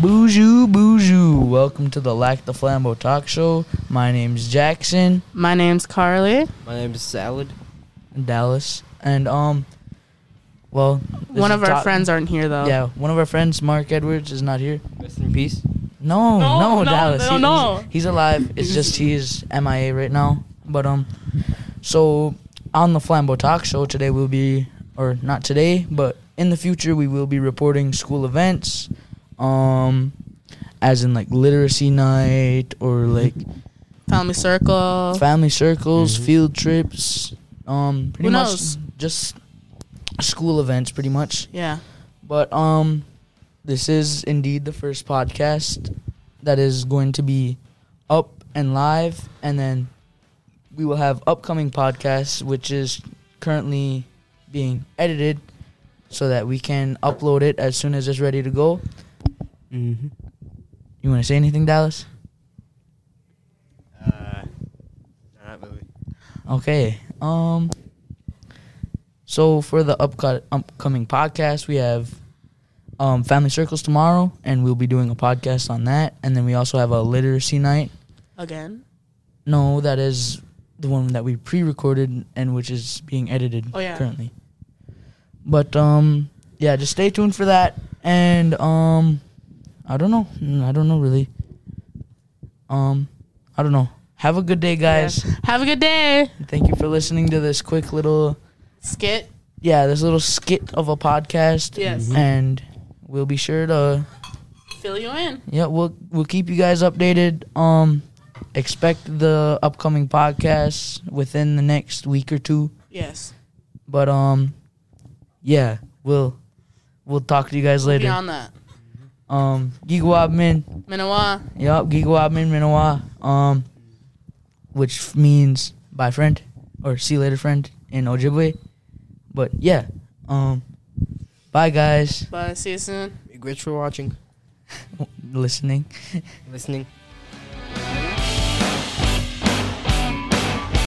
Bonjour, bonjour. Welcome to the Lack the Flambeau Talk Show. My name's Jackson My name's Carly. My name is Salad. Dallas, and um, well, this One is of our top- friends aren't here though. Yeah, one of our friends, Mark Edwards, is not here. Rest in peace. No, no, No, no, Dallas. no, he's- no. He's, alive. It's just he is MIA right now. But um, so on the Flambeau Talk Show today we'll be, or not today, but in the future we will be reporting school events, um, as in like literacy night or like Family circle. family circles, Mhm. field trips, um, pretty Who much knows? just school events, pretty much. yeah. But um, this is indeed the first podcast that is going to be up and live, and then we will have upcoming podcasts, which is currently being edited, so that we can upload it as soon as it's ready to go. Mm-hmm. You want to say anything, Dallas? Uh, not really. Okay. Um. So for the upco- upcoming podcast, we have um, family circles tomorrow, and we'll be doing a podcast on that. And then we also have a literacy night. Again. No, that is the one that we pre-recorded and which is being edited Oh, yeah. currently. But um, yeah, just stay tuned for that. And um, I don't know. Mm, I don't know really. Um, I don't know. Have a good day, guys. Yeah. Have a good day. Thank you for listening to this quick little Skit. yeah, this little skit of a podcast. Yes. And we'll be sure to Fill you in. yeah, we'll we'll keep you guys updated. Um expect the upcoming podcasts within the next week or two. Yes. But um yeah, we'll we'll talk to you guys later. Beyond that. Um Gigawabmin. Minowa. Yup, Gigawabmin Minowa. Um which means bye friend or see you later friend in Ojibwe. But yeah. Um bye guys Bye. See you soon. Be Rich for watching, listening. listening.